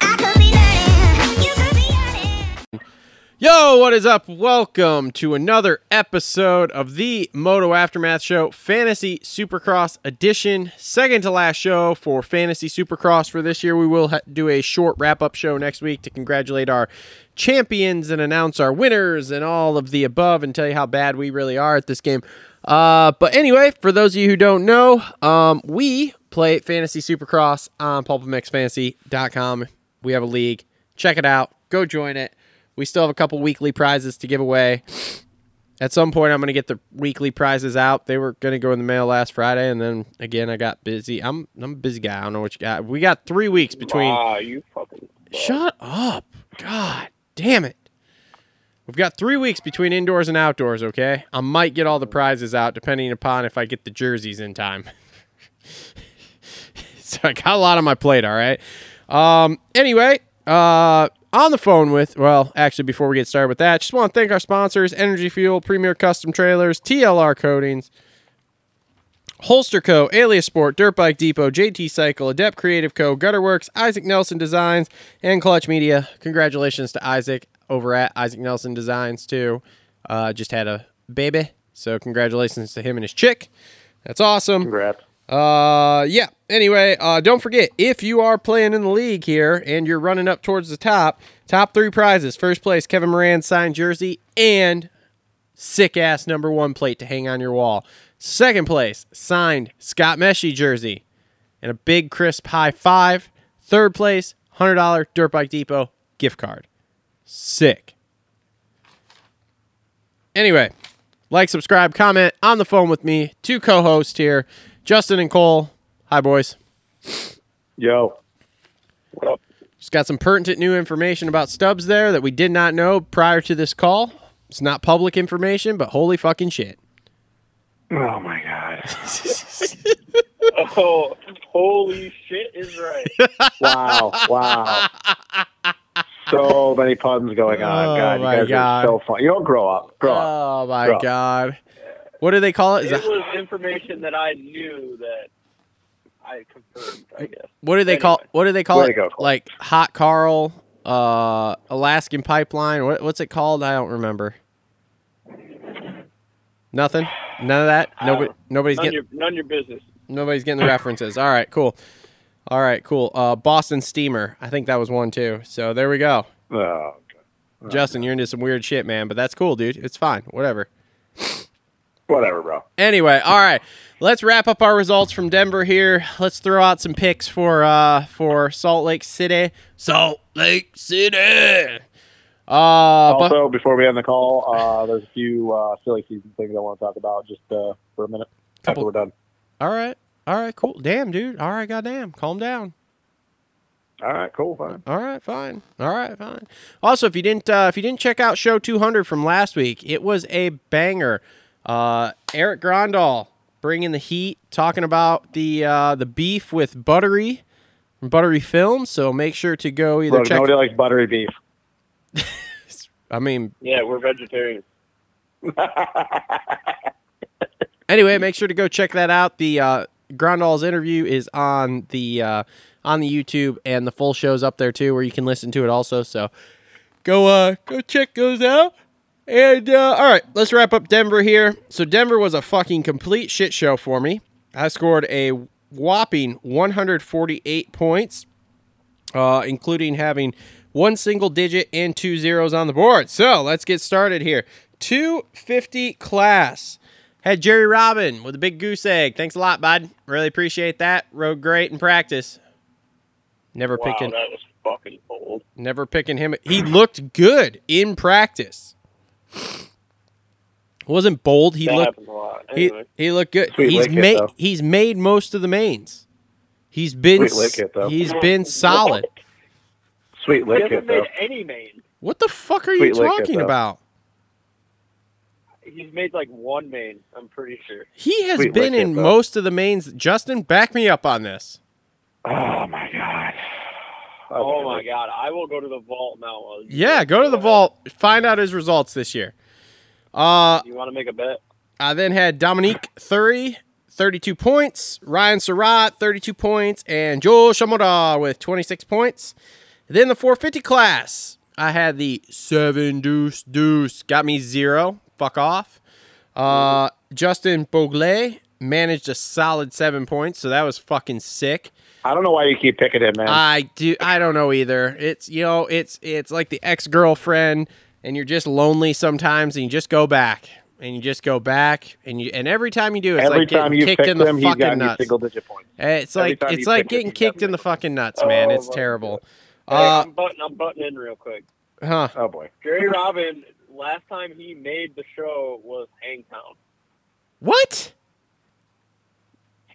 I could be learning. You could be learning. Yo, what is up? Welcome to another episode of the Moto Aftermath Show Fantasy Supercross Edition. Second to last show for Fantasy Supercross for this year. We will ha- do a short wrap up show next week to congratulate our champions and announce our winners and all of the above and tell you how bad we really are at this game. Uh, but anyway, for those of you who don't know, um, we play Fantasy Supercross on pulpmixfantasy.com. We have a league. Check it out. Go join it. We still have a couple weekly prizes to give away. At some point, I'm going to get the weekly prizes out. They were going to go in the mail last Friday, and then again, I got busy. I'm I'm a busy guy. I don't know what you got. We got three weeks between. Ah, you fucking. Shut up. God damn it. We've got three weeks between indoors and outdoors, okay? I might get all the prizes out depending upon if I get the jerseys in time. so I got a lot on my plate, all right? Um, anyway, uh, on the phone with, well, actually, before we get started with that, just want to thank our sponsors Energy Fuel, Premier Custom Trailers, TLR Coatings, Holster Co., Alias Sport, Dirt Bike Depot, JT Cycle, Adept Creative Co., Gutterworks, Isaac Nelson Designs, and Clutch Media. Congratulations to Isaac over at Isaac Nelson Designs, too. Uh, just had a baby, so congratulations to him and his chick. That's awesome. Congrats. Uh, yeah. Anyway, uh, don't forget if you are playing in the league here and you're running up towards the top, top three prizes. First place, Kevin Moran signed jersey and sick ass number one plate to hang on your wall. Second place, signed Scott Meshy jersey and a big crisp high five. Third place, hundred dollar Dirt Bike Depot gift card. Sick. Anyway, like, subscribe, comment on the phone with me. Two co-hosts here, Justin and Cole. Hi, boys. Yo. What up? Just got some pertinent new information about Stubbs there that we did not know prior to this call. It's not public information, but holy fucking shit. Oh my god. oh, holy shit is right. wow! Wow! So many puns going on. Oh, god, you my guys God. are so fun. You don't grow up. Grow up. Oh my Bro. god. What do they call it? Is it that, was information that I knew that I confirmed, I guess. what do they call what do they call Way to it? go, Cole. Like Hot Carl, uh Alaskan pipeline. What, what's it called? I don't remember. Nothing? None of that? Nobody nobody's Uh, None, getting your, none your business. Nobody's getting the references. All right, cool. All right, cool. Uh, Boston Steamer. I think that was one too. So there we go. Oh, God. Justin, you're into some weird shit, man, but that's cool, dude. It's fine. Whatever. whatever, bro. Anyway, all right. Let's wrap up our results from Denver here. Let's throw out some picks for uh for Salt Lake City. Salt Lake City. Uh, but- Also, before we end the call, uh, there's a few uh, silly season things I want to talk about just uh, for a minute Couple- after we're done. all right. All right, cool. Damn, dude. All right, goddamn. Calm down. All right, cool, fine. All right, fine. All right, fine. Also, if you didn't uh, if you didn't check out show 200 from last week, it was a banger. Uh, Eric Grandal bringing the heat, talking about the uh, the beef with Buttery from Buttery Films. So make sure to go either Look, check. nobody likes buttery beef. I mean, Yeah, we're vegetarians. anyway, make sure to go check that out. The uh, Grandal's interview is on the uh, on the YouTube, and the full show's up there too, where you can listen to it also. So go uh, go check those out. And uh, all right, let's wrap up Denver here. So Denver was a fucking complete shit show for me. I scored a whopping 148 points, uh, including having one single digit and two zeros on the board. So let's get started here. 250 class had Jerry Robin with a big goose egg. Thanks a lot, bud. Really appreciate that. Rode great in practice. Never Wow, picking, that was fucking old. never picking him. He looked good in practice. Wasn't bold. He that looked happens a lot. he, Anyway, he looked good. Sweet he's leg kick, made though. he's made most of the mains. He's been Sweet lick it, though. he's been solid. Sweet He lick hasn't it made though. any main. What the fuck are Sweet you lick it, talking though. about? He's made like one main. I'm pretty sure. He has Sweet been lick it, in though. most of the mains. Justin, back me up on this. Oh my god. Oh my god, I will go to the vault now. while you- Yeah, go to the vault, find out his results this year. Uh, You want to make a bet? I then had Dominique Thury, 32 points, Ryan Surratt, 32 points, and Joel Shamoda with 26 points. Then the 450 class, I had the 7 deuce deuce, got me zero. Fuck off. Uh, Justin Bogley managed a solid seven points, so that was fucking sick. I don't know why you keep picking him, man. I do. I don't know either. It's you know, it's it's like the ex girlfriend, and you're just lonely sometimes, and you just go back, and you just go back, and you and every time you do, it's Every like time getting you kicked pick in the him, he's fucking got me nuts. single digit points. Eh, it's every like time it's you pick like him, getting he kicked doesn't in the make fucking nuts, man. Oh, It's my terrible. Hey, Uh, I'm button. I'm butting in real quick. huh? Oh boy. Jerry Robin. Last time he made the show was Hangtown. What?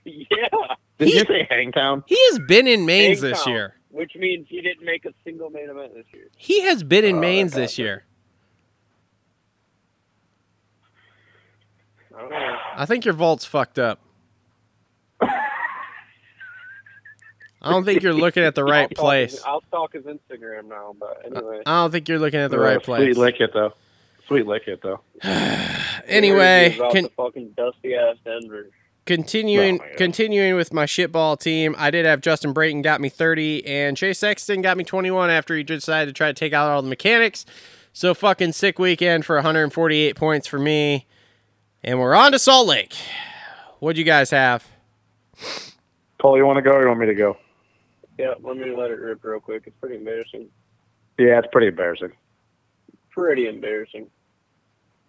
yeah, Did He- you say Hangtown? He has been in mains this Hangtown, year. which means he didn't make a single main event this year. He has been in Oh, mains that this year. I don't know. I think your vault's fucked up. I don't think you're looking at the right I'll stalk his- place. I'll stalk his Instagram now, but anyway. I don't think you're looking at the Uh, right place. Sweet lick it though. Sweet lick it though. Anyway, He's out con- to fucking dusty ass Denver. continuing Oh, my God. continuing with my shitball team, I did have Justin Brayton got me 30 and Chase Sexton got me 21 after he decided to try to take out all the mechanics. So fucking sick weekend for 148 points for me. And we're on to Salt Lake. What'd you guys have? Cole, you want to go or you want me to go? Yeah, let me let it rip real quick. It's pretty embarrassing. Yeah, it's pretty embarrassing. Pretty embarrassing.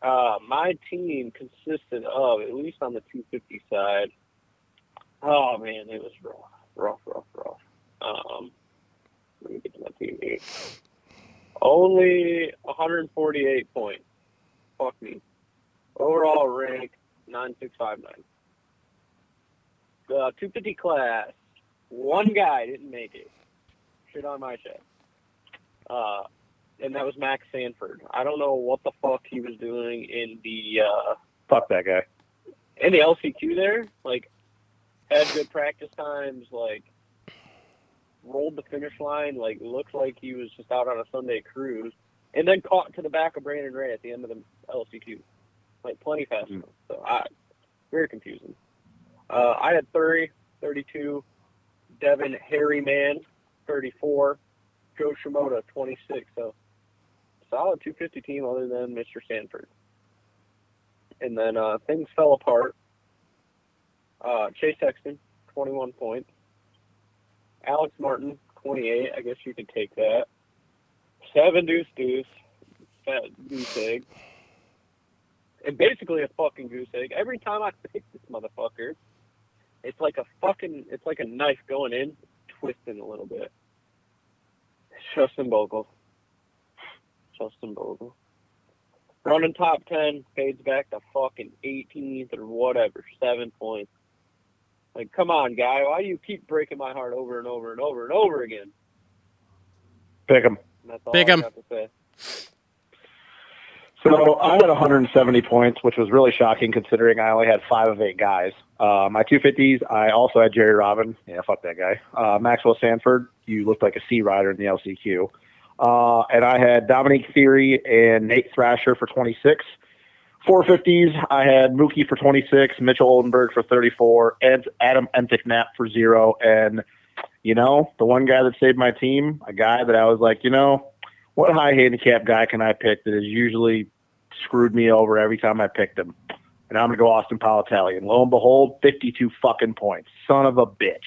Uh, my team consisted of, at least on the 250 side, oh man, it was rough, rough, rough, rough. Um, let me get to my team here. Only 148 points. Fuck me. Overall rank 9659. The 250 class, one guy didn't make it. Shit on my chest. Uh, and that was Max Sanford. I don't know what the fuck he was doing in the uh, Fuck that guy. in the LCQ there. Like had good practice times. Like rolled the finish line. Like looked like he was just out on a Sunday cruise, and then caught to the back of Brandon Ray at the end of the LCQ. Like plenty fast. Mm. So I very confusing. Uh, I had 30, 32, Devin Harryman, 34, Joe Shimoda, 26. So solid 250 team other than Mr. Sanford. And then uh, things fell apart. Uh, Chase Sexton, 21 points. Alex Martin, 28. I guess you could take that. Seven deuce deuce. Fat goose egg. And basically a fucking goose egg. Every time I pick this motherfucker, it's like a fucking, it's like a knife going in, twisting a little bit. Justin Bogle. Justin Bogle. Running top 10, fades back to fucking 18th or whatever, seven points. Like, come on, guy. Why do you keep breaking my heart over and over and over and over again? Pick him. And that's all Pick I him. got to say. So I had 170 points, which was really shocking considering I only had five of eight guys. Uh, my 250s, I also had Jerry Robin. Yeah, fuck that guy. Uh, Maxwell Sanford, you looked like a sea rider in the LCQ. Uh, and I had Dominique Theory and Nate Thrasher for 26. 450s, I had Mookie for 26, Mitchell Oldenburg for 34, and Adam Enthiknap for zero. And, you know, the one guy that saved my team, a guy that I was like, you know, what high handicap guy can I pick that is usually screwed me over every time I picked him. And I'm going to go Austin Palatali. And lo and behold, 52 fucking points. Son of a bitch.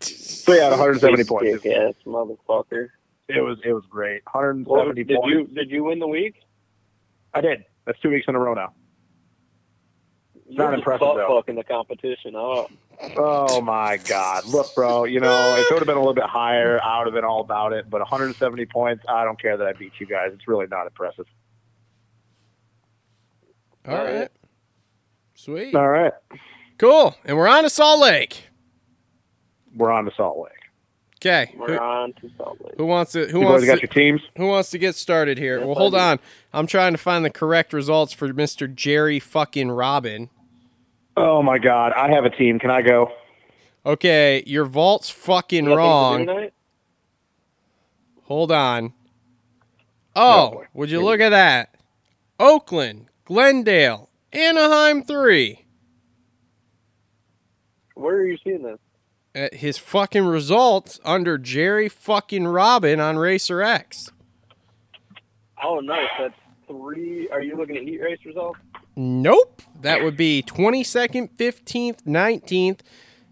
So yeah, 170 points. It, Yes, motherfucker. it was it was great. Well, 170 did points. you did you win the week? I did. That's two weeks in a row now. You're just impressive, butt though. Fucking the competition. Oh, Oh my God! Look, bro. You know if it would have been a little bit higher, I would have been all about it. But 170 points. I don't care that I beat you guys. It's really not impressive. All right. Sweet. All right. Cool. And we're on to Salt Lake. we're on to Salt Lake. Okay. Who, We're on to Salt Lake. who wants to? Who You wants boys to? got your teams? Who wants to get started here? Yeah, Well, hold on. buddy. I'm trying to find the correct results for Mr. Jerry fucking Robin. Oh my God, I have a team. Can I go? Okay, your vault's fucking Nothing to do wrong. tonight? Hold on. Oh, boy. would you look at that? Oakland, Glendale, Anaheim 3. Where are you seeing this? At Uh, his fucking results under Jerry fucking Robin on Racer X. Oh, nice. That's three. Are you looking at heat race results? Nope. That would be 22nd, 15th, 19th,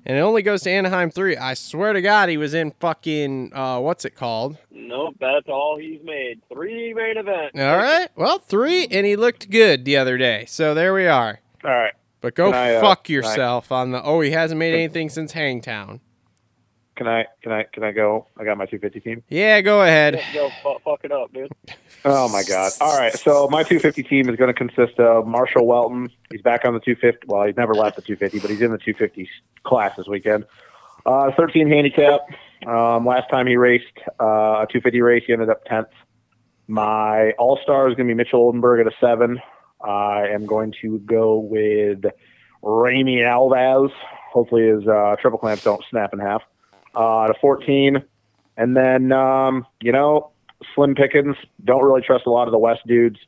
and it only goes to Anaheim 3. I swear to God, he was in fucking, uh, what's it called? Nope, that's all he's made. Three main event. All right. Well, three, and he looked good the other day. So there we are. All right. But go Can I, uh, fuck can I- yourself on the. Oh, he hasn't made anything since Hangtown. Can I? Can I? Can I go? I got my 250 team. Yeah, go ahead. Go fu- fuck it up, dude. Oh my God! All right, so my 250 team is going to consist of Marshall Welton. He's back on the 250. Well, he's never left the 250, but he's in the 250 class this weekend. Uh, 13 handicap. Um, last time he raced uh, a 250 race, he ended up 10th. My All Star is going to be Mitchell Oldenburg at a seven. I am going to go with Ramey Alvaz. Hopefully, his uh, triple clamps don't snap in half. Uh, to 14, and then um, you know slim pickings. Don't really trust a lot of the West dudes.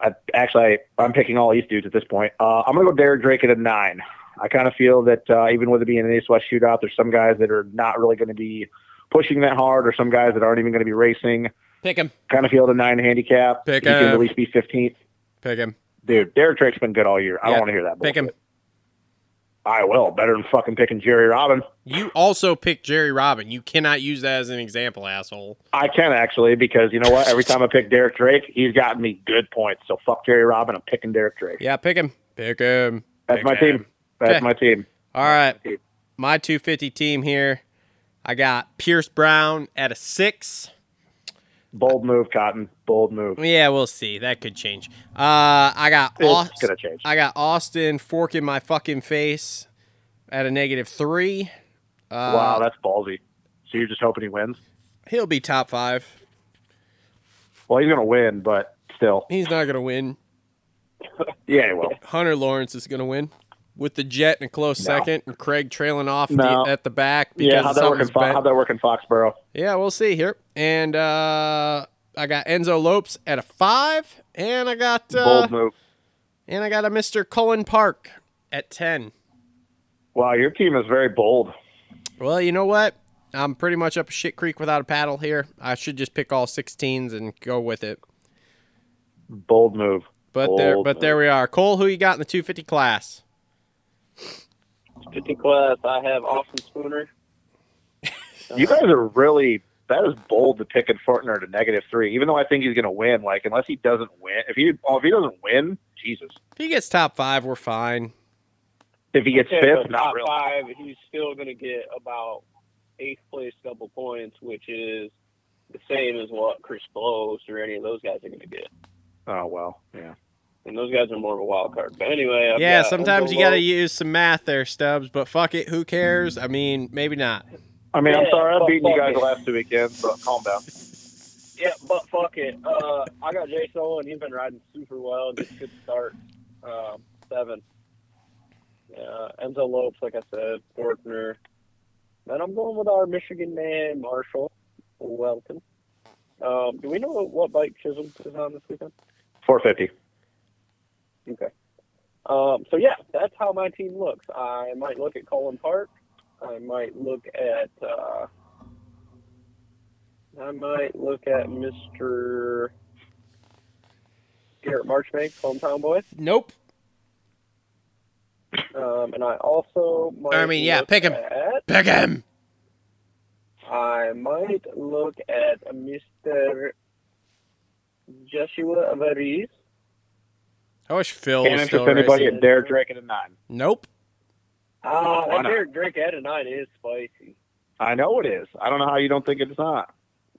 I, actually, I, I'm picking all East dudes at this point. Uh, I'm going to go Derek Drake at a nine. I kind of feel that uh, even with it being an East-West shootout, there's some guys that are not really going to be pushing that hard, or some guys that aren't even going to be racing. Pick him. Kind of feel the nine handicap. Pick he can up. at least be 15th. Pick him. Dude, Derek Drake's been good all year. I Yeah, don't want to hear that. Pick him. bullshit. I will. Better than fucking picking Jerry Robin. You also picked Jerry Robin. You cannot use that as an example, asshole. I can actually because you know what? Every time I pick Derek Drake, he's gotten me good points. So fuck Jerry Robin. I'm picking Derek Drake. Yeah, pick him. Pick him. That's Pick my him. team. That's Okay. my team. All right. Dude. My 250 team here. I got Pierce Brown at a six. Bold move, Cotton. Bold move. Yeah, we'll see. That could change. Uh, I got It's Aus- gonna change. I got Austin fork in my fucking face at a negative three. Uh, wow, that's ballsy. So you're just hoping he wins? he'll be top five. Well, he's gonna win, but still. He's not gonna win. Yeah, he will. Hunter Lawrence is gonna win with the Jet in a close No. second, and Craig trailing off No. the, at the back because Yeah, how'd that, work in something's Fo- bent. how'd that work in Foxborough? Yeah, we'll see here. And uh, I got Enzo Lopes at a five, and I got uh, Bold move. and I got a Mr. Cullen Park at ten. Wow, your team is very bold. Well, you know what? I'm pretty much up a shit creek without a paddle here. I should just pick all 16s and go with it. Bold move. But there, Bold but there move. we are. Cole, who you got in the 250 class? 50 class. I have Austin Spooner. You guys are really that is bold to pick in Fortner to negative three, even though I think he's gonna win. Like unless he doesn't win if he oh, if he doesn't win, Jesus. If he gets top five, we're fine. If he gets Okay, fifth, but not top really. five. He's still going to get about eighth place double points, which is the same as what Chris Close or any of those guys are going to get. Oh well. Yeah. And those guys are more of a wild card. But anyway, I've yeah, got sometimes Enzo you got to Lopes. use some math there, Stubbs. But fuck it, who cares? I mean, maybe not. I mean, I'm Yeah, sorry I'm fuck beating you that guys game. last two weekends, but calm down. Yeah, but fuck it. Uh, I got Jason Owen. He's been riding super well. Just good start. Um, seven. Uh, Enzo Lopes, like I said, Fortner. Then I'm going with our Michigan man, Marshall Welton. Um, do we know what bike Chisholm is on this weekend? Four fifty. Okay. Um, so yeah, that's how my team looks. I might look at Colin Park. I might look at. Uh, I might look at Mr. Garrett Marchbank, hometown boy. Nope. Um, and I also might. I mean, yeah, look pick him. at- Pick him. I might look at Mr. Joshua Averiz. I wish Phil Can't was interest still anybody racing. at Dare Drake at a nine. Nope. Ah, Why that not? Jared Drake at a nine is spicy. I know it is. I don't know how you don't think it's not.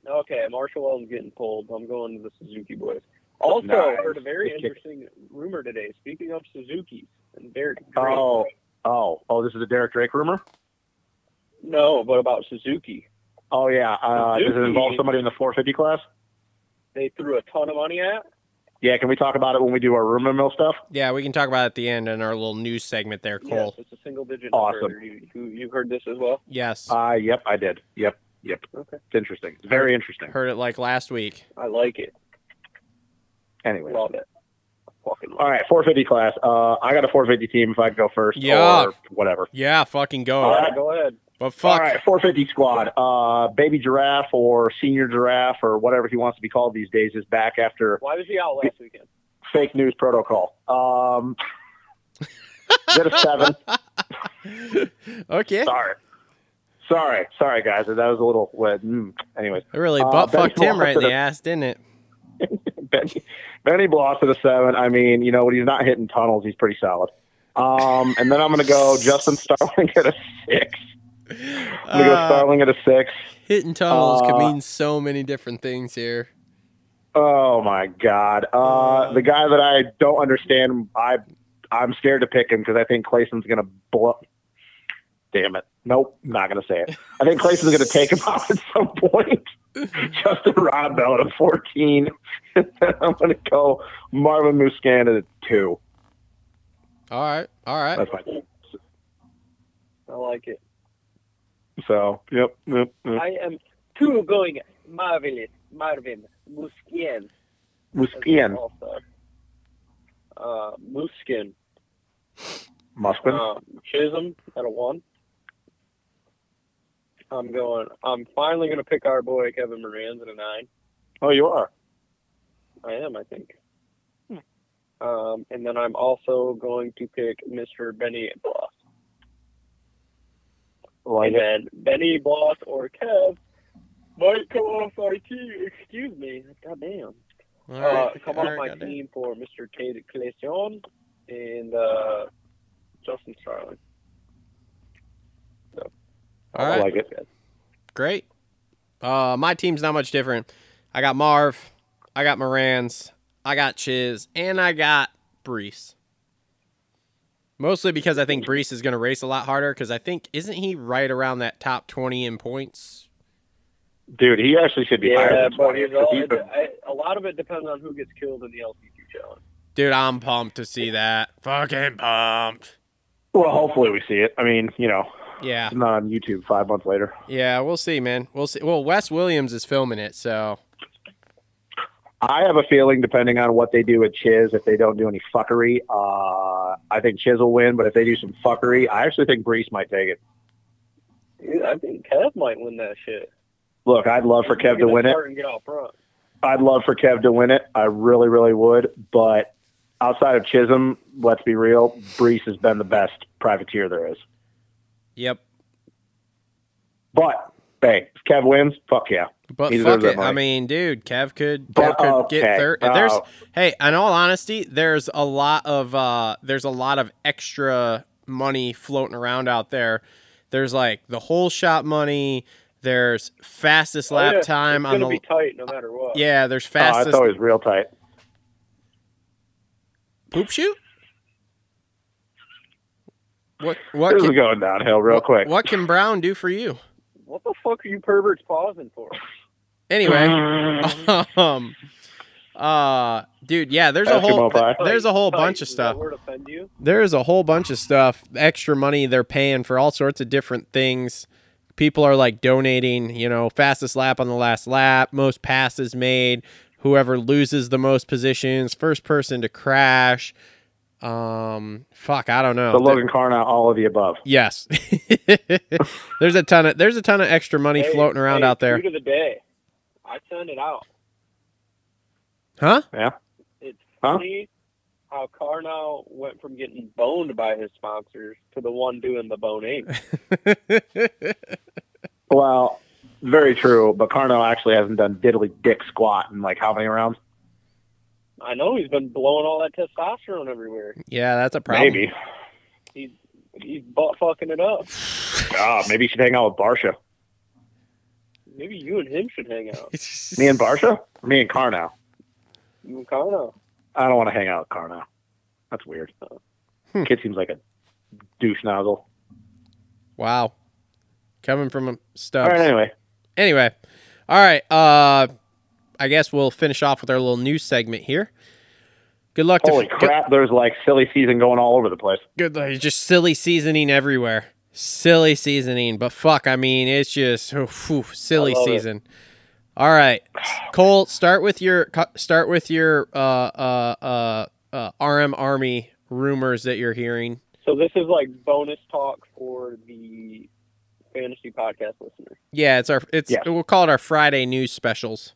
Okay, Marshall Wells getting pulled. I'm going to the Suzuki boys. Also, Nice. heard a very Good kick. interesting rumor today. Speaking of Suzuki's and Derek Green. Oh, oh, oh! This is a Derek Drake rumor. No, but about Suzuki. Oh yeah. Uh, does it involve somebody in the 450 class? They threw a ton of money at. Yeah. Can we talk about it when we do our rumor mill stuff? Yeah, we can talk about it at the end in our little news segment there, Cole. Yes, it's a single digit number. Awesome. You, you, you heard this as well? Yes. Uh, yep, I did. Yep, yep. Okay. It's interesting. It's very interesting. Heard it like last week. I like it. Anyway, Love it. Fucking love all right, 450 class. Uh, I got a 450 team. If I could go first, Yeah. or whatever. Yeah, fucking go. it. All right, go ahead. But fuck. All right, 450 squad. Uh, baby giraffe or senior giraffe or whatever he wants to be called these days is back after Why was he out last weekend? fake news protocol. Um, did a seven. Okay. Sorry. Sorry, sorry, guys. That was a little. Uh, mm. Anyways, It really Uh, butt fucked Benny him right in the Watson- ass, didn't it? Benny, Benny Bloss at a seven. I mean, you know, when he's not hitting tunnels, he's pretty solid. Um, and then I'm going to go Justin Starling at a six. I'm going to go Uh, Starling at a six. hitting tunnels could uh, mean so many different things here. Oh my God! Uh, the guy that I don't understand, I I'm scared to pick him because I think Clayson's going to blow. Damn it! Nope, not going to say it. I think Clayson's going to take him out at some point. Justin Rodbell at a 14. And then I'm going to go Marvin Muscan at a two. All right. All right. That's my team. I like it. So, yep, yep, yep. I am too going marvelous, Marvin Muskin. Muskian. Also, uh, Muskin. Muskman. Um, Chisholm at a one. I'm going. I'm finally going to pick our boy Kevin Moran's at a nine. oh, you are. I am, I think. Um, and then I'm also going to pick Mr. Benny Bloss. Like and it. then Benny Bloss or Kev might come off my team. Excuse me. God damn. All uh, right. come all on right, my goddamn. team for Mr. Cade Clesion and uh, Justin Starling. All I right. like it. Great. Uh, my team's not much different. I got Marv, I got Moran's, I got Chiz, and I got Brees. Mostly because I think Brees is going to race a lot harder because I think isn't he right around that top twenty in points? Dude, he actually should be higher Yeah, than but 20. it's all, He's it, been- I, a lot of it depends on who gets killed in the LCQ challenge. Dude, I'm pumped to see that. Fucking pumped. well, hopefully we see it. I mean, you know, Yeah, it's not on YouTube five months later. yeah, we'll see, man. We'll see. Well, Wes Williams is filming it, so I have a feeling, depending on what they do with Chiz, if they don't do any fuckery, uh, I think Chiz will win. But if they do some fuckery, I actually think Brees might take it. Dude, I think Kev might win that shit. Look, I'd love Uh, for He's gonna Kev to win it. start And get out front. I'd love for Kev to win it. I really, really would. But outside of Chisholm, let's be real, Brees has been the best privateer there is. yep. But hey, if Kev wins, fuck yeah. Uh, But He fuck deserves that it. I money. mean, dude, Kev could Kev But- could get okay. third. There's Oh. hey, in all honesty, there's a lot of uh there's a lot of extra money floating around out there. There's like the whole shot money, there's fastest lap Oh, yeah. time It's on going the to be tight no matter what. Yeah, there's Oh, it's fastest always real tight. poop shoot. What what This is can, going downhill real what, quick. what can Brown do for you? What the fuck are you perverts pausing for? Anyway, Mm-hmm. um uh dude, yeah, there's a Eskimo whole pie. there's a whole Tight. bunch of Does that stuff. word offend you? there's a whole bunch of stuff extra money they're paying for all sorts of different things people are like donating you know fastest lap on the last lap most passes made whoever loses the most positions first person to crash um fuck i don't know So Logan Carnot, all of the above. yes there's a ton of there's a ton of extra money Hey, floating around hey, out there Food of the day. I send it out. huh It's Huh? funny how Carnow went from getting boned by his sponsors to the one doing the boning. Well, very true. But Carnot actually hasn't done diddly dick squat in like how many rounds? I know he's been blowing all that testosterone everywhere. yeah that's a problem Maybe. He's butt fucking it up. Ah, maybe you should hang out with Barsha. Maybe you and him should hang out. Me and Barsha? Me and Carnot. You and Carnow. I don't want to hang out with Carno. That's weird. Hmm. Kid seems like a douche nozzle. wow Coming from All Stubbs. right, anyway. Anyway, all right. Uh, I guess we'll finish off with our little news segment here. Good luck to Holy good- crap, there's like silly season going all over the place. Good luck. It's just silly seasoning everywhere. Silly seasoning, but fuck, I mean, it's just oh, phew, silly I love it. season. All right, Cole, start with your co- start with your uh, uh, uh, uh, RM Army rumors that you're hearing. So this is like bonus talk for the fantasy podcast listener. Yeah, it's our it's Yeah. we'll call it our Friday news specials.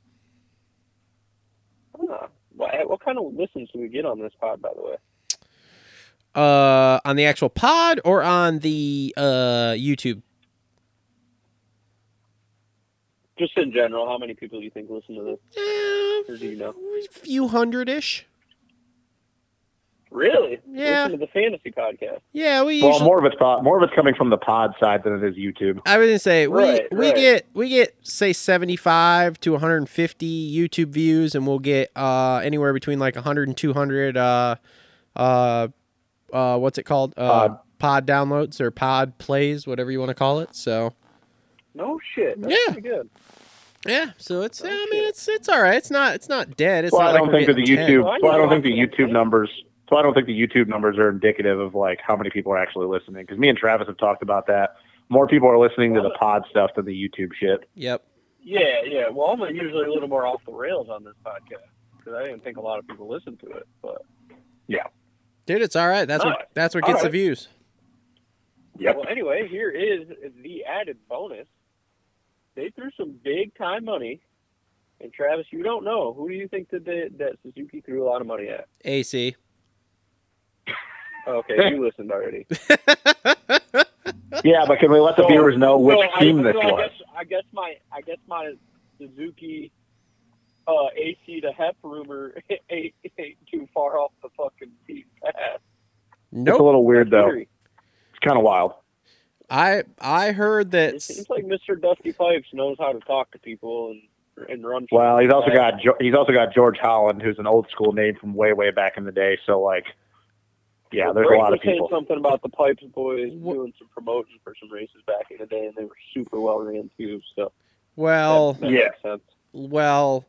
Huh. What, what kind of listens do we get on this pod, by the way? Uh, on the actual pod or on the uh YouTube? Just in general, how many people do you think listen to this, or do you know? Eh, few hundred ish. Really? Yeah. Listen to the fantasy podcast. Yeah, we Well, usually, more of it's pro- more of it's coming from the pod side than it is YouTube. I was gonna say we Right, we right. get we get say seventy five to one hundred and fifty YouTube views, and we'll get uh anywhere between like hundred and two hundred uh uh uh what's it called uh Pod. pod downloads or pod plays, whatever you want to call it. So No shit. That's Yeah. Pretty good. yeah, so it's I mean it's it's all right. It's not it's not dead. It's Well, not I like don't we're think that the getting 10. YouTube. Well, I Well, Oh, I know don't think the I- YouTube numbers. So I don't think the YouTube numbers are indicative of like how many people are actually listening. Because me and Travis have talked about that. More people are listening to the pod stuff than the YouTube shit. Yep. Yeah, yeah. Well, I'm usually a little more off the rails on this podcast because I didn't think a lot of people listen to it. But Dude, it's all right. That's what Alright. that's what gets the Alright. views. Yep. well, anyway, here is the added bonus. They threw some big time money, and Travis, you don't know who do you think that they, that Suzuki threw a lot of money at? AC. Okay, you listened already. Yeah, but can we let the So- viewers know which So I- team so this I was? Guess, I guess my I guess my Suzuki uh, AC to Hep rumor ain't, ain't too far off the fucking deep path. It's a Nope. little weird though. It's kind of wild. I I heard It that seems like Mr. Dusty Pipes knows how to talk to people and and run. shit. Well, he's also got Jo- he's also got George Holland, who's an old school name from way way back in the day. So like, yeah, there's a Frank lot was of people. Saying something about the Pipes boys Wha- doing some promotion for some races back in the day, and they were super well ran too. So that- well that Yeah. makes sense. well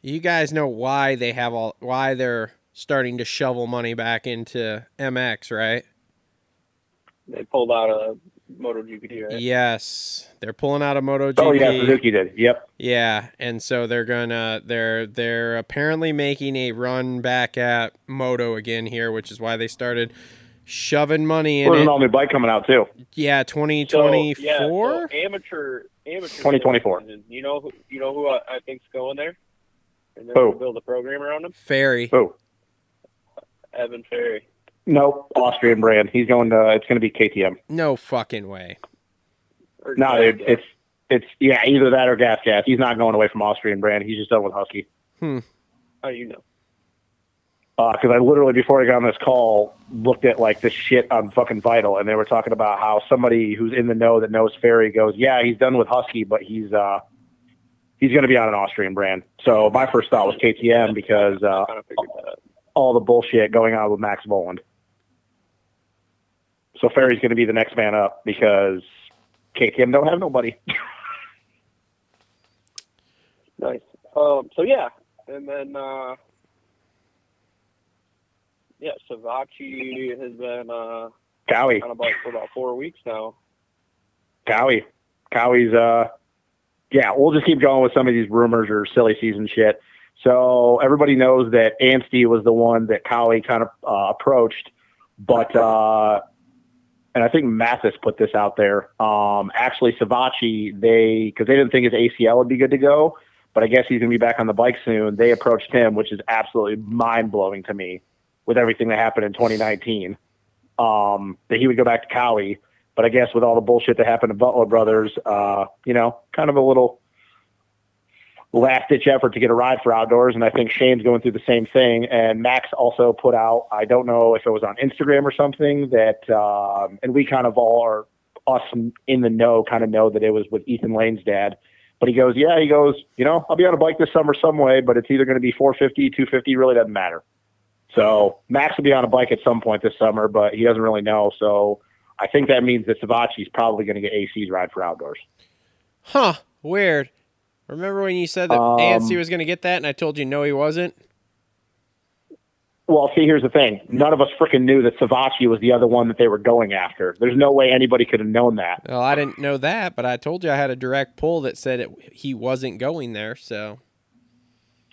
you guys know why they have all why they're starting to shovel money back into mx right they pulled out a MotoGP. Right? yes they're pulling out of MotoGP. Oh yeah, Suzuki did. Yep. yeah and so they're gonna they're they're apparently making a run back at moto again here which is why they started shoving money in There's an it all new bike coming out too. yeah So, 2024 yeah, so amateur, amateur. 2024. season. You know, who, you know who I, I think's going there, and then Who? we'll build a program around him. ferry Oh Evan Ferry. no, Austrian brand. He's going to. It's going to be KTM. no fucking way Or No, Jack dude, Jack. it's it's yeah, either that or Gas Gas. He's not going away from Austrian brand. He's just done with Husky. How do Oh, you know? Because Uh, I literally before I got on this call looked at like this shit on fucking Vital, and they were talking about how somebody who's in the know that knows Ferry goes, yeah, he's done with Husky, but he's uh he's going to be on an Austrian brand. So my first thought was KTM because uh, I kind of figured that out. all the bullshit going on with Max Boland. So Ferry's going to be the next man up because KTM don't have nobody. Nice. Um, so yeah, and then uh, yeah, Savachi has been uh, Cowie, on a bike for about four weeks now. Cowie, Cowie's. Uh, yeah, we'll just keep going with some of these rumors or silly season shit. So everybody knows that Anstey was the one that Cowie kind of uh, approached, but uh, and I think Mathis put this out there. Um, actually, Savachi, they because they didn't think his ACL would be good to go, but I guess he's going to be back on the bike soon. They approached him, which is absolutely mind blowing to me with everything that happened in 2019. Um, that he would go back to Cowie. But I guess with all the bullshit that happened to Butler Brothers, uh, you know, kind of a little last ditch effort to get a ride for outdoors. And I think Shane's going through the same thing. And Max also put out, I don't know if it was on Instagram or something, that, um, and we kind of all are, us in the know kind of know that it was with Ethan Lane's dad. But he goes, yeah, he goes, you know, I'll be on a bike this summer some way, but it's either going to be 450, 250, really doesn't matter. So Max will be on a bike at some point this summer, but he doesn't really know. So I think that means that Savachi's probably going to get AC's ride for outdoors. Huh. Weird. Remember when you said that Um, Nancy was going to get that, and I told you no, he wasn't. Well, see, here's the thing. None of us freaking knew that Savachi was the other one that they were going after. There's no way anybody could have known that. Well, I didn't know that, but I told you I had a direct pull that said it, he wasn't going there. So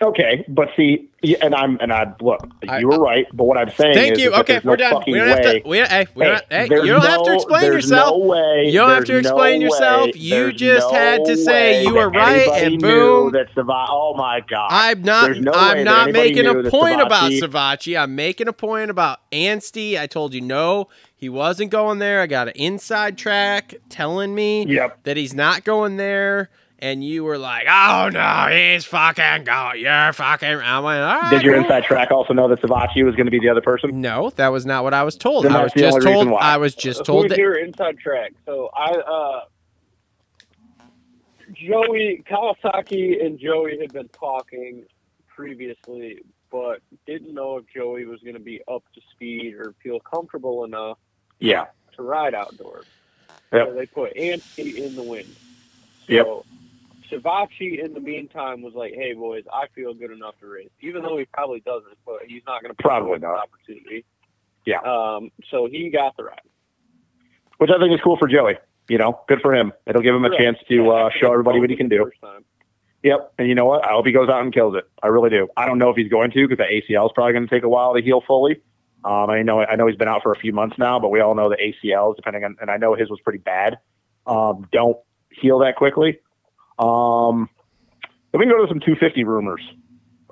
Okay, but see, y- and I'm and I look, I- you were right. But what I'm saying thank is, you. is that Okay, there's no we're done. fucking We don't have way- to. We, hey, we don't, hey, Hey, you there's don't have to no- explain there's yourself. No way, You don't have there's to explain no yourself. way- You there's just no had to way say you were that right, anybody and knew boom. That Sava- oh my god! I'm not. There's no way I'm that not anybody making knew a that point about Savachi- Savachi. I'm making a point about Anstey. I told you no, he wasn't going there. I got an inside track telling me Yep. that he's not going there, and you were like, "Oh no, he's fucking going. You're fucking." I went, "All right." Did your cool." inside track also know that Savachi was going to be the other person? No, that was not what I was told. Then I was that's the just only reason told. why. I was just told Who's that. your inside track? So I, uh, Joey Kawasaki and Joey had been talking previously, but didn't know if Joey was going to be up to speed or feel comfortable enough Yeah. to ride outdoors. So Yep. they put Anstey in the wind. Yep. So Shivachi, in the meantime, was like, "Hey boys, I feel good enough to race, even though he probably doesn't, but he's not going to Probably this not. opportunity." Yeah. Um. So he got the ride. Which I think is cool for Joey. You know, good for him. It'll give him a Right. chance to uh, show everybody what he can do. First time. Yep. And you know what? I hope he goes out and kills it. I really do. I don't know if he's going to because the ACL is probably going to take a while to heal fully. Um, I know I know he's been out for a few months now, but we all know the ACLs, depending on, and I know his was pretty bad. Um, don't heal that quickly. Um, then we can go to some 250 rumors.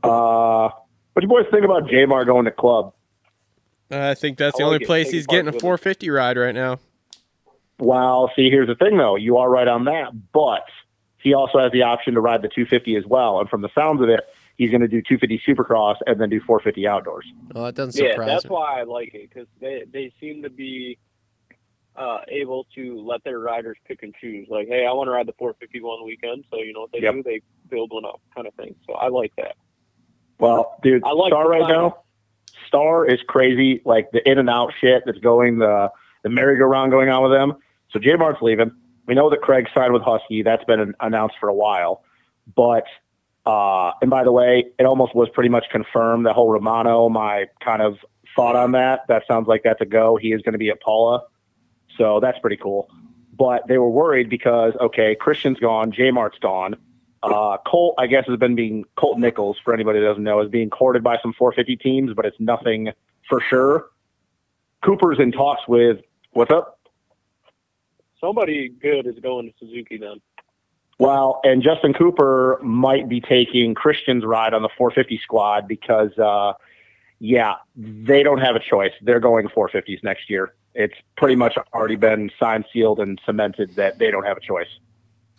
Uh, what do you boys think about Jamar going to club? I think that's the Oh, I like only it. place Take he's apart getting a with it. 450 ride right now. Well, see, here's the thing though. You are right on that, but he also has the option to ride the 250 as well. And from the sounds of it, he's going to do 250 Supercross and then do 450 outdoors. Well, that doesn't Yeah, surprise that's me. why I like it because they they seem to be uh, able to let their riders pick and choose. Like, hey, I want to ride the 450 on the weekend, so you know what they Yep. do? They build one up, kind of thing. So I like that. Well, dude, I like Star the right plan. now. Star is crazy, like the in and out shit that's going the the merry-go-round going on with them. So J Mart's leaving. We know that Craig signed with Husky. That's been an- announced for a while. But uh, and by the way, it almost was pretty much confirmed. The whole Romano, my kind of thought on that. That sounds like that's a go. He is going to be at Paula, so that's pretty cool. But they were worried because okay, Christian's gone, J Mart's gone. Uh, Colt, I guess, has been being Colt Nichols for anybody that doesn't know, is being courted by some 450 teams, but it's nothing for sure. Cooper's in talks with what's up? Somebody good is going to Suzuki then. Well, and Justin Cooper might be taking Christian's ride on the 450 squad because, uh, yeah, they don't have a choice. They're going 450s next year. It's pretty much already been signed, sealed, and cemented that they don't have a choice.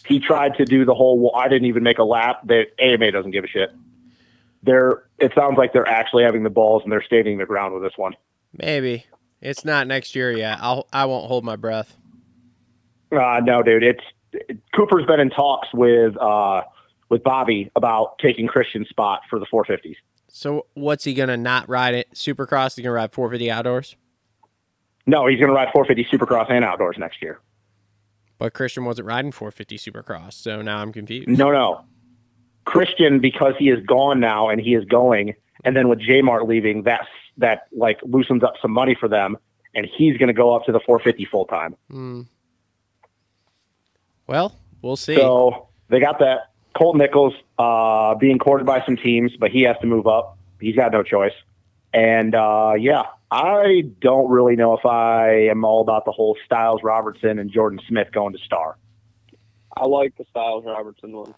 He tried to do the whole, well, I didn't even make a lap. That AMA doesn't give a shit. They're, it sounds like they're actually having the balls and they're standing the ground with this one. Maybe it's not next year yet. I'll I won't hold my breath. Uh, no, dude. It's it- Cooper's been in talks with uh, with Bobby about taking Christian's spot for the 450s. So what's he gonna not ride it? Supercross? He's gonna ride 450 outdoors. No, he's going to ride 450 Supercross and outdoors next year. But Christian wasn't riding 450 Supercross, so now I'm confused. No, no. Christian, because he is gone now and he is going, and then with J Mart leaving, that's that like loosens up some money for them, and he's going to go up to the 450 full time. Hmm. Well, we'll see. So they got that Colt Nichols uh, being courted by some teams, but he has to move up. He's got no choice. And uh, yeah, I don't really know if I am all about the whole Styles Robertson and Jordan Smith going to Star. I like the Styles Robertson one.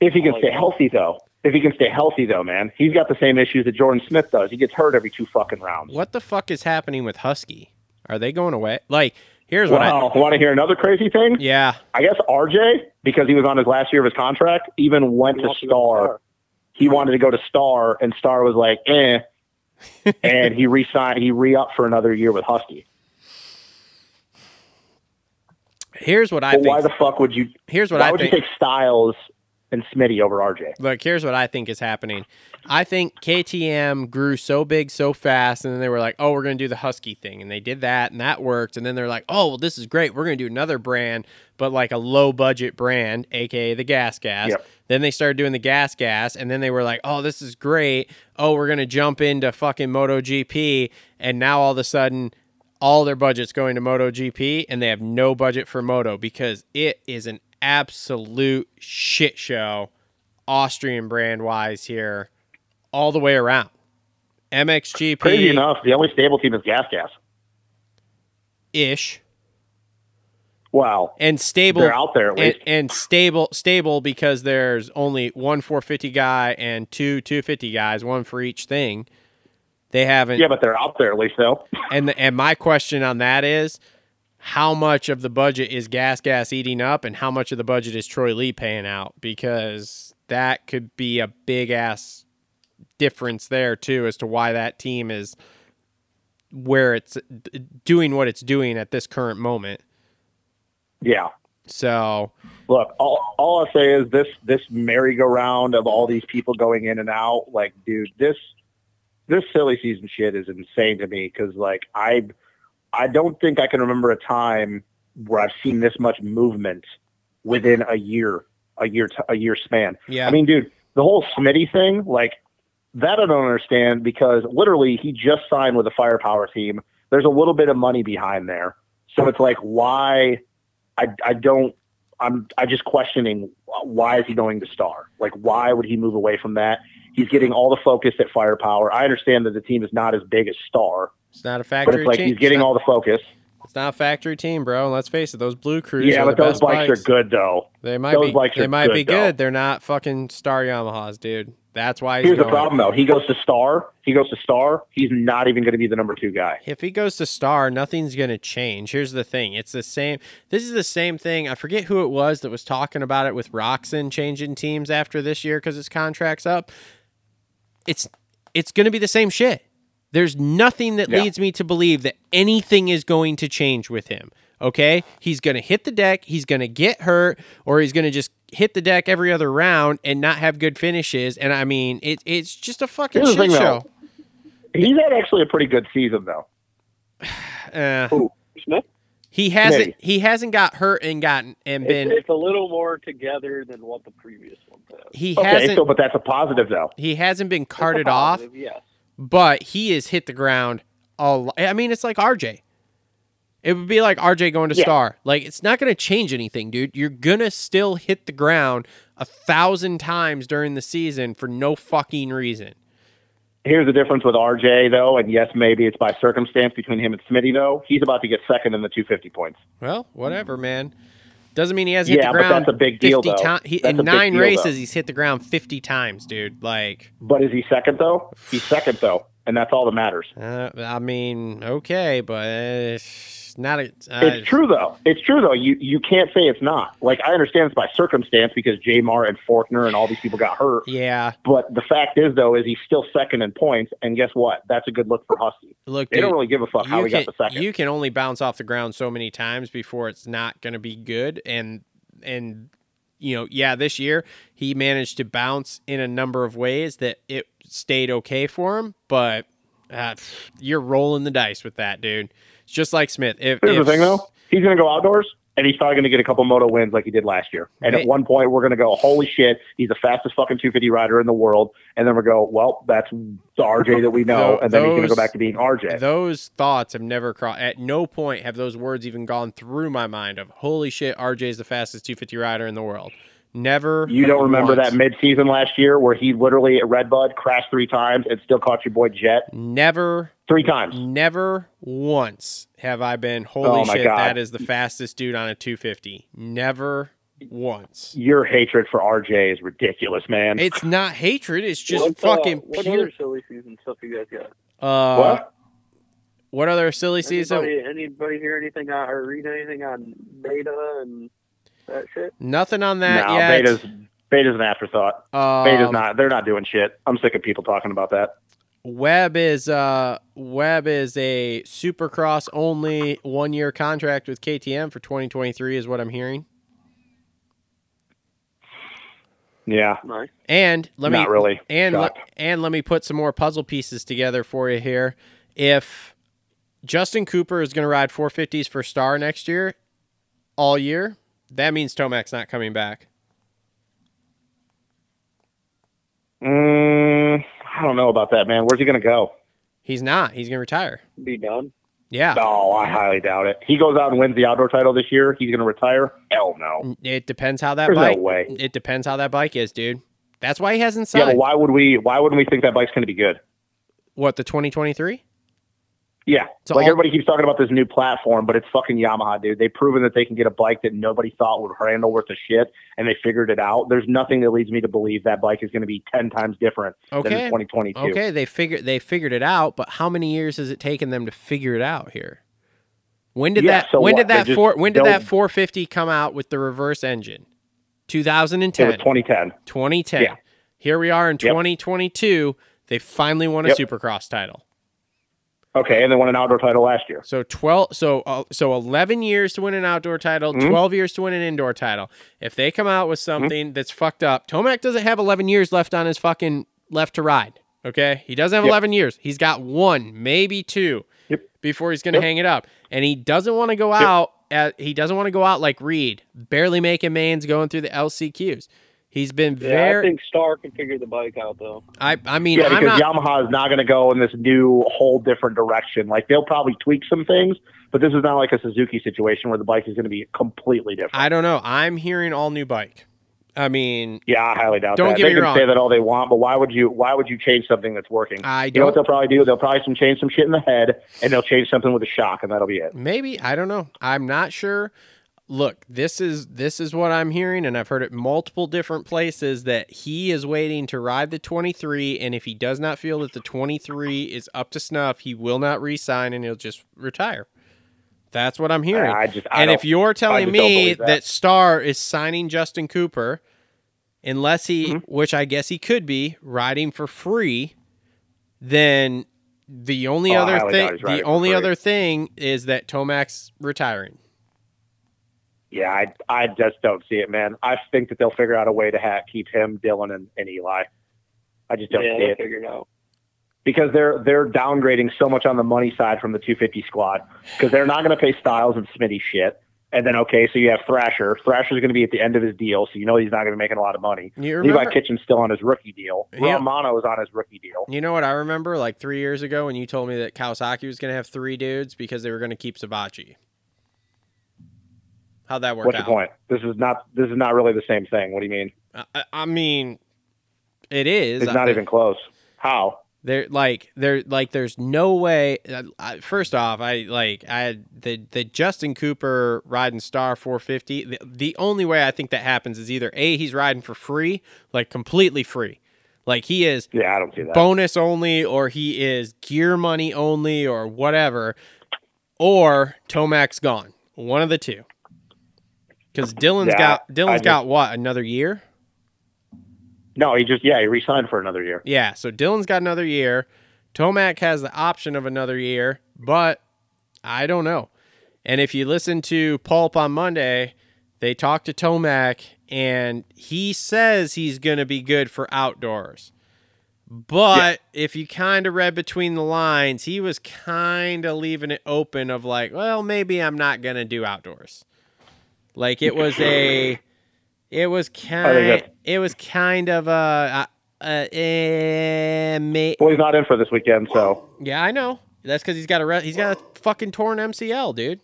If he can I like stay that. healthy, though. If he can stay healthy, though, man, he's got the same issues that Jordan Smith does. He gets hurt every two fucking rounds. What the fuck is happening with Husky? Are they going away? Like, here's what I. Wow. Want to hear another crazy thing? Yeah, I guess RJ, because he was on his last year of his contract, even went He to wants to go to Star. Star. He wanted to go to Star, and Star was like, eh. and he re signed, he re upped for another year with Husky. here's what I But why think. the fuck would you, Here's what why I would think. you take Styles and Smitty over RJ. Look, here's what I think is happening. I think KTM grew so big so fast, and then they were like, oh, we're going to do the Husky thing. And they did that, and that worked. And then they're like, oh, well, this is great. We're going to do another brand, but like a low budget brand, AKA the Gas Gas. Yep. Then they started doing the Gas Gas, and then they were like, oh, this is great. Oh, we're going to jump into fucking MotoGP. And now all of a sudden, all their budget's going to MotoGP, and they have no budget for Moto because it is an absolute shit show. Austrian brand wise here, all the way around. MXGP Crazy enough, the only stable team is Gas Gas. ish Wow. and stable. They're out there at and, least. and stable, stable because there's only one 450 guy and two 250 guys, one for each thing. They haven't. yeah, but they're out there at least though. And the, and my question on that is, how much of the budget is gas gas eating up, and how much of the budget is Troy Lee paying out? Because that could be a big ass difference there too, as to why that team is where it's d- doing what it's doing at this current moment. Yeah. So Look, all, all I say is this this merry-go-round of all these people going in and out. Like, dude, this this silly season shit is insane to me because like I I don't think I can remember a time where I've seen this much movement within a year a year t- a year span. yeah, I mean, dude, the whole Smitty thing, like that, I don't understand because literally he just signed with a firepower team. There's a little bit of money behind there, so it's like why I I don't I'm I just questioning why is he going to Star? Like why would he move away from that? He's getting all the focus at firepower. I understand that the team is not as big as Star, it's not a but factory. it's like team. he's getting it's not, all the focus. It's not a factory team, bro. And let's face it, those blue crews. Yeah, are but the those best bikes, are good though. They might Those be. bikes they are might good, be though. good. They're not fucking star Yamahas, dude. That's why he's Here's the going. problem though. He goes to Star. He goes to Star. He's not even going to be the number two guy. If he goes to star, nothing's gonna change. Here's the thing: it's the same. This is the same thing. I forget who it was that was talking about it with Roxon changing teams after this year because his contract's up. It's it's gonna be the same shit. There's nothing that Yeah. leads me to believe that anything is going to change with him. Okay, he's gonna hit the deck. He's gonna get hurt, or he's gonna just hit the deck every other round and not have good finishes. And I mean, it, it's just a fucking Here's the shit thing, show. He's had actually a pretty good season though. Eh. Smith? He hasn't. Maybe. He hasn't got hurt and gotten and It's, been. it's a little more together than what the previous one said. He Okay, hasn't. so but that's a positive though. he hasn't been carted off, Yes. but he has hit the ground a lot. I mean, it's like RJ. It would be like RJ going to Yeah. star. Like it's not going to change anything, dude. You're gonna still hit the ground a thousand times during the season for no fucking reason. Here's the difference with RJ though, and yes, maybe it's by circumstance between him and Smitty though. He's about to get second in the 250 points. Well, whatever, man. Doesn't mean he Hmm. hasn't Yeah, but hit the ground. that's a big deal, 50 though. ti- he- That's in a big nine deal, though. races, he's hit the ground fifty times, dude. Like. But is he second though? He's second though, and that's all that matters. Uh, I mean, okay, but it's not a. Uh, It's true though. It's true though. You you can't say it's not. Like I understand it's by circumstance because Jamar and Faulkner and all these people got hurt. Yeah, But the fact is though, is he's still second in points, and guess what? That's a good look for Husky. look, They dude, don't really give a fuck how you he can got the second. you can only bounce off the ground so many times before it's not going to be good, and and you know, yeah, this year he managed to bounce in a number of ways that it stayed okay for him, but uh, you're rolling the dice with that, dude. It's just like Smith. If, Here's if- the thing, though. He's going to go outdoors, and he's probably going to get a couple moto wins like he did last year. And Hey. at one point, we're going to go, "Holy shit, he's the fastest fucking 250 rider in the world." And then we go, "Well, that's the RJ that we know," Tho- and then he's going to go those- back to being RJ. Those thoughts have never crossed. At no point have those words even gone through my mind of holy shit, RJ's the fastest 250 rider in the world. Never. you don't remember once. that mid-season last year where he literally at Red Bud crashed three times and still caught your boy Jet Never, three times. never once have I been holy Oh my shit, God. that is the fastest dude on a 250. Never once. Your hatred for RJ is ridiculous, man. It's not hatred. It's just What, uh, fucking What pure. other silly season stuff you guys got? uh, what? what other silly season? Anybody, anybody hear anything on, or read anything on beta and that shit? Nothing on that no, yet. Beta's Beta's an afterthought. Beta's Um, not. They're not doing shit. I'm sick of people talking about that. Webb is uh Webb is a Supercross only one year contract with KTM for 2023 is what I'm hearing. Yeah, Nice. And let me Not really and le- shocked. and let me put some more puzzle pieces together for you here. If Justin Cooper is going to ride 450s for Star next year, all year, that means Tomac's not coming back. mm, I don't know about that, man. Where's he gonna go? He's not. He's going to retire. Be done. Yeah, No, Oh, I highly doubt it. He goes out and wins the outdoor title this year. He's gonna retire. Hell no. it depends how that There's bike. no way. It depends how that bike is, dude. That's why he hasn't Yeah, but signed. why would we? Why wouldn't we think that bike's gonna be good? what the 2023? Yeah. So like all- everybody keeps talking about this new platform, but it's fucking Yamaha, dude. They've proven that they can get a bike that nobody thought would handle worth a shit, and they figured it out. There's nothing that leads me to believe that bike is going to be ten times different than in Okay. 2022. Okay, they figured they figured it out, but how many years has it taken them to figure it out here? When did Yeah, that so when did what? They that just four when did that don't- 450 come out with the reverse engine? It 2010, was 2010. 2010. yeah. Here we are in Yep. 2022. They finally won a Yep. Supercross title. Okay, and they won an outdoor title last year. So 12 so uh, so 11 years to win an outdoor title, Mm-hmm. 12 years to win an indoor title. If they come out with something that's fucked up, Tomac doesn't have 11 years left on his fucking left to ride, okay? He doesn't have Yep. 11 years. He's got one, maybe two Yep. before he's going to hang it up. And he doesn't want to go out at, he doesn't want to go out like Reed, barely making mains going through the LCQs. He's been Yeah, I very think Star can figure the bike out though. I, I mean Yeah, I'm because not Yamaha is not going to go in this new whole different direction. Like they'll probably tweak some things, but this is not like a Suzuki situation where the bike is going to be completely different. I don't know. I'm hearing all new bike. I mean, yeah, I highly doubt Don't that. get they me can wrong. say that all they want, but why would you? Why would you change something that's working? I You know what don't they'll probably do? They'll probably some change some shit in the head, and they'll change something with a shock, and that'll be it. maybe i don't know i'm not sure look this is this is what i'm hearing and i've heard it multiple different places that he is waiting to ride the 23 and if he does not feel that the 23 is up to snuff he will not re-sign and he'll just retire that's what i'm hearing I just, I and don't- if you're telling just don't me believe that. that. Star is signing Justin Cooper, unless he, Mm-hmm. which I guess he could be, riding for free, then the only Oh, I other highly doubt thing, he's the riding for only free. other thing is that Tomac's retiring. yeah, I, I just don't see it, man. I think that they'll figure out a way to ha- keep him, Dylan, and, and Eli. I just don't yeah, see they'll it figure it out. because they're they're downgrading so much on the money side from the 250 squad because they're not going to pay Styles and Smitty shit. And then okay, so you have Thrasher. Thrasher's going to be at the end of his deal, so you know he's not going to be making a lot of money. You Levi remember? Kitchen's still on his rookie deal. Yeah. Romano is on his rookie deal. You know what I remember? Like three years ago, when you told me that Kawasaki was going to have three dudes because they were going to keep Savachi. How'd that work What's out? the point? This is not this is not really the same thing. What do you mean? I- I, I mean, it is. It's I- not even close. How? There, like, there, like, there's no way. I- I, first off, I like, I the the Justin Cooper riding Star 450. The, the only way I think that happens is either a he's riding for free, like completely free, like he is Yeah, I don't see that. bonus only, or he is gear money only, or whatever, or Tomac's gone. One of the two. Because Dylan's Yeah, got Dylan's just- got what another year. no, he just yeah, he re-signed for another year. Yeah, so Dylan's got another year. Tomac has the option of another year, but I don't know. And if you listen to Pulp on Monday, they talked to Tomac and he says he's going to be good for outdoors. But if you kind of read between the lines, he was kind of leaving it open of like, well, maybe I'm not going to do outdoors. Like it was a it was kind that's- it was kind of a uh, eh, may, Well, he's not in for this weekend, so yeah, I know. That's because he's got a re- he's got a fucking torn MCL, dude.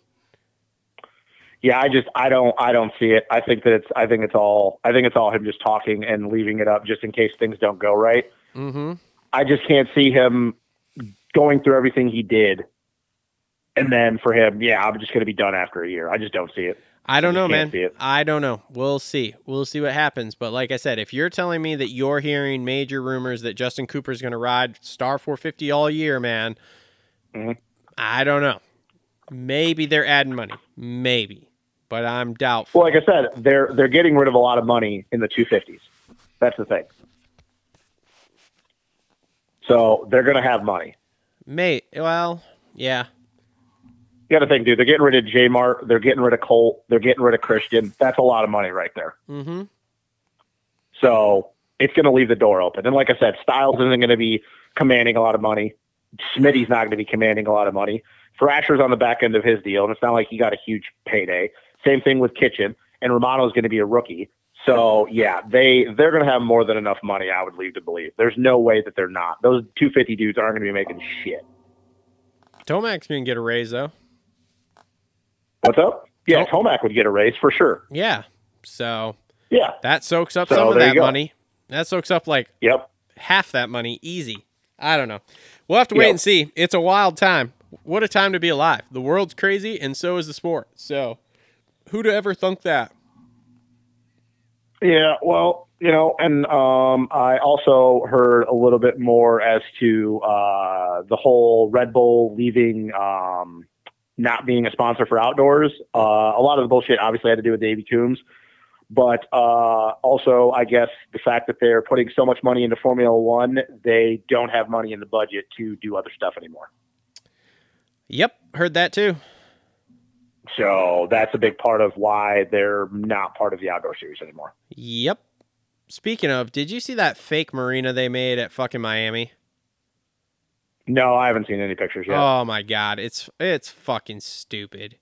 yeah, I just I don't I don't see it. I think that it's I think it's all I think it's all him just talking and leaving it up just in case things don't go right. Mm-hmm. I just can't see him going through everything he did. And then for him, yeah, I'm just going to be done after a year. I just don't see it. I don't You know, can't man. see it. I don't know. We'll see. We'll see what happens. But like I said, if you're telling me that you're hearing major rumors that Justin Cooper's going to ride Star 450 all year, man, Mhm. I don't know. Maybe they're adding money. Maybe, but I'm doubtful. Well, like I said, they're they're getting rid of a lot of money in the 250s. That's the thing. So they're going to have money. Mate, well, yeah. You got to think, dude. They're getting rid of J Mart. They're getting rid of Colt. They're getting rid of Christian. That's a lot of money right there. Mm-hmm. So it's going to leave the door open. And like I said, Styles isn't going to be commanding a lot of money. Smitty's not going to be commanding a lot of money. Thrasher's on the back end of his deal, and it's not like he got a huge payday. Same thing with Kitchen, and Romano's going to be a rookie. So yeah, they they're going to have more than enough money. I would leave to believe. There's no way that they're not. Those 250 dudes aren't going to be making shit. Tomac's gonna get a raise though. What's up? Yeah, Nope. Tomac would get a raise for sure. Yeah. So Yeah. that soaks up So some of there you that go. money. That soaks up like Yep. half that money easy. I don't know. We'll have to wait Yep. and see. It's a wild time. What a time to be alive. The world's crazy and so is the sport. So who'd ever thunk that? Yeah, well, you know, and um, I also heard a little bit more as to uh, the whole Red Bull leaving, um, not being a sponsor for outdoors. Uh, a lot of the bullshit obviously had to do with Davy Coombs, but uh, also, I guess, the fact that they're putting so much money into Formula One, they don't have money in the budget to do other stuff anymore. Yep, heard that too. So that's a big part of why they're not part of the outdoor series anymore. Yep. Speaking of, did you see that fake marina they made at fucking Miami? No, I haven't seen any pictures yet. Oh my god, it's it's fucking stupid.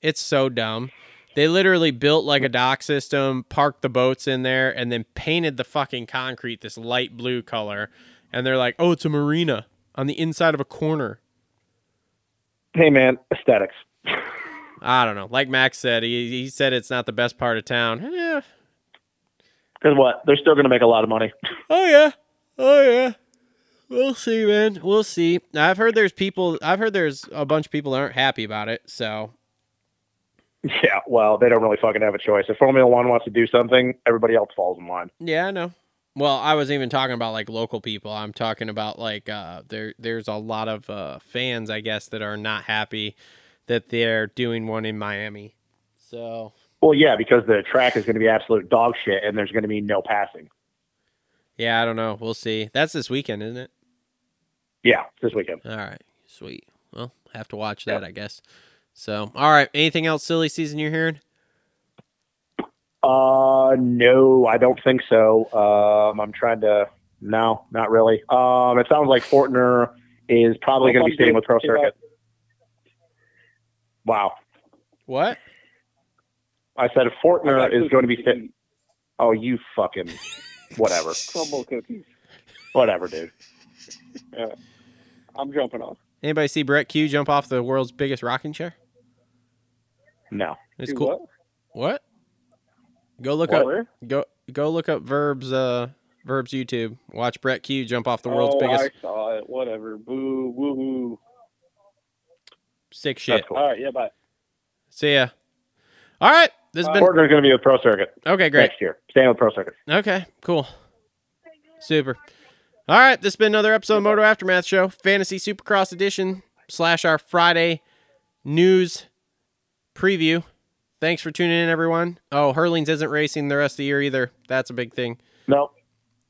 It's so dumb. They literally built like a dock system, parked the boats in there, and then painted the fucking concrete this light blue color. And they're like, "Oh, it's a marina on the inside of a corner." hey, man, aesthetics. I don't know. Like Max said, he, he said it's not the best part of town. Eh, Because what? They're still going to make a lot of money. Oh yeah. Oh yeah. We'll see, man. We'll see. I've heard there's people. I've heard there's a bunch of people that aren't happy about it. So Yeah, well, they don't really fucking have a choice. If Formula One wants to do something, everybody else falls in line. Yeah, I know. Well, I wasn't even talking about like local people. I'm talking about like uh, there. There's a lot of uh, fans, I guess, that are not happy that they're doing one in Miami. So Well, yeah, because the track is going to be absolute dog shit and there's going to be no passing. yeah, I don't know. We'll see. That's this weekend, isn't it? Yeah, this weekend. All right, sweet. Well, have to watch that, I guess. So, all right. Anything else silly season you're hearing? Uh, no, I don't think so. Um, I'm trying to. No, not really. Um, it sounds like Fortner is probably going to be staying with Pro Circuit. Wow, What? I said Fortner is going to be. Sta- oh, you fucking whatever, Crumble cookies. whatever, dude. I'm jumping off. Anybody see Brett Q jump off the world's biggest rocking chair? No. It's Do cool. what? What? Go look up. Where? Go go look up Verbs uh Verbs YouTube. Watch Brett Q jump off the world's oh, biggest I saw it. Whatever. Boo. Woo. Woo. sick shit. That's cool. All right. Yeah. Bye. See ya. All right. This has been Fortner's going to be with Pro Circuit okay. Great. next year. Staying with Pro Circuit. Okay. Cool. Super. All right. This has been another episode of Moto Aftermath Show Fantasy Supercross Edition slash our Friday news preview. Thanks for tuning in, everyone. Oh, Hurlings isn't racing the rest of the year either. That's a big thing. Nope.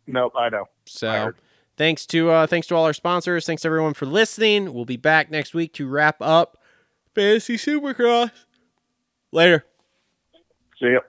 Nope, I know. So Fired. thanks to uh, thanks to all our sponsors. Thanks everyone for listening. We'll be back next week to wrap up Fantasy Supercross. Later. See ya.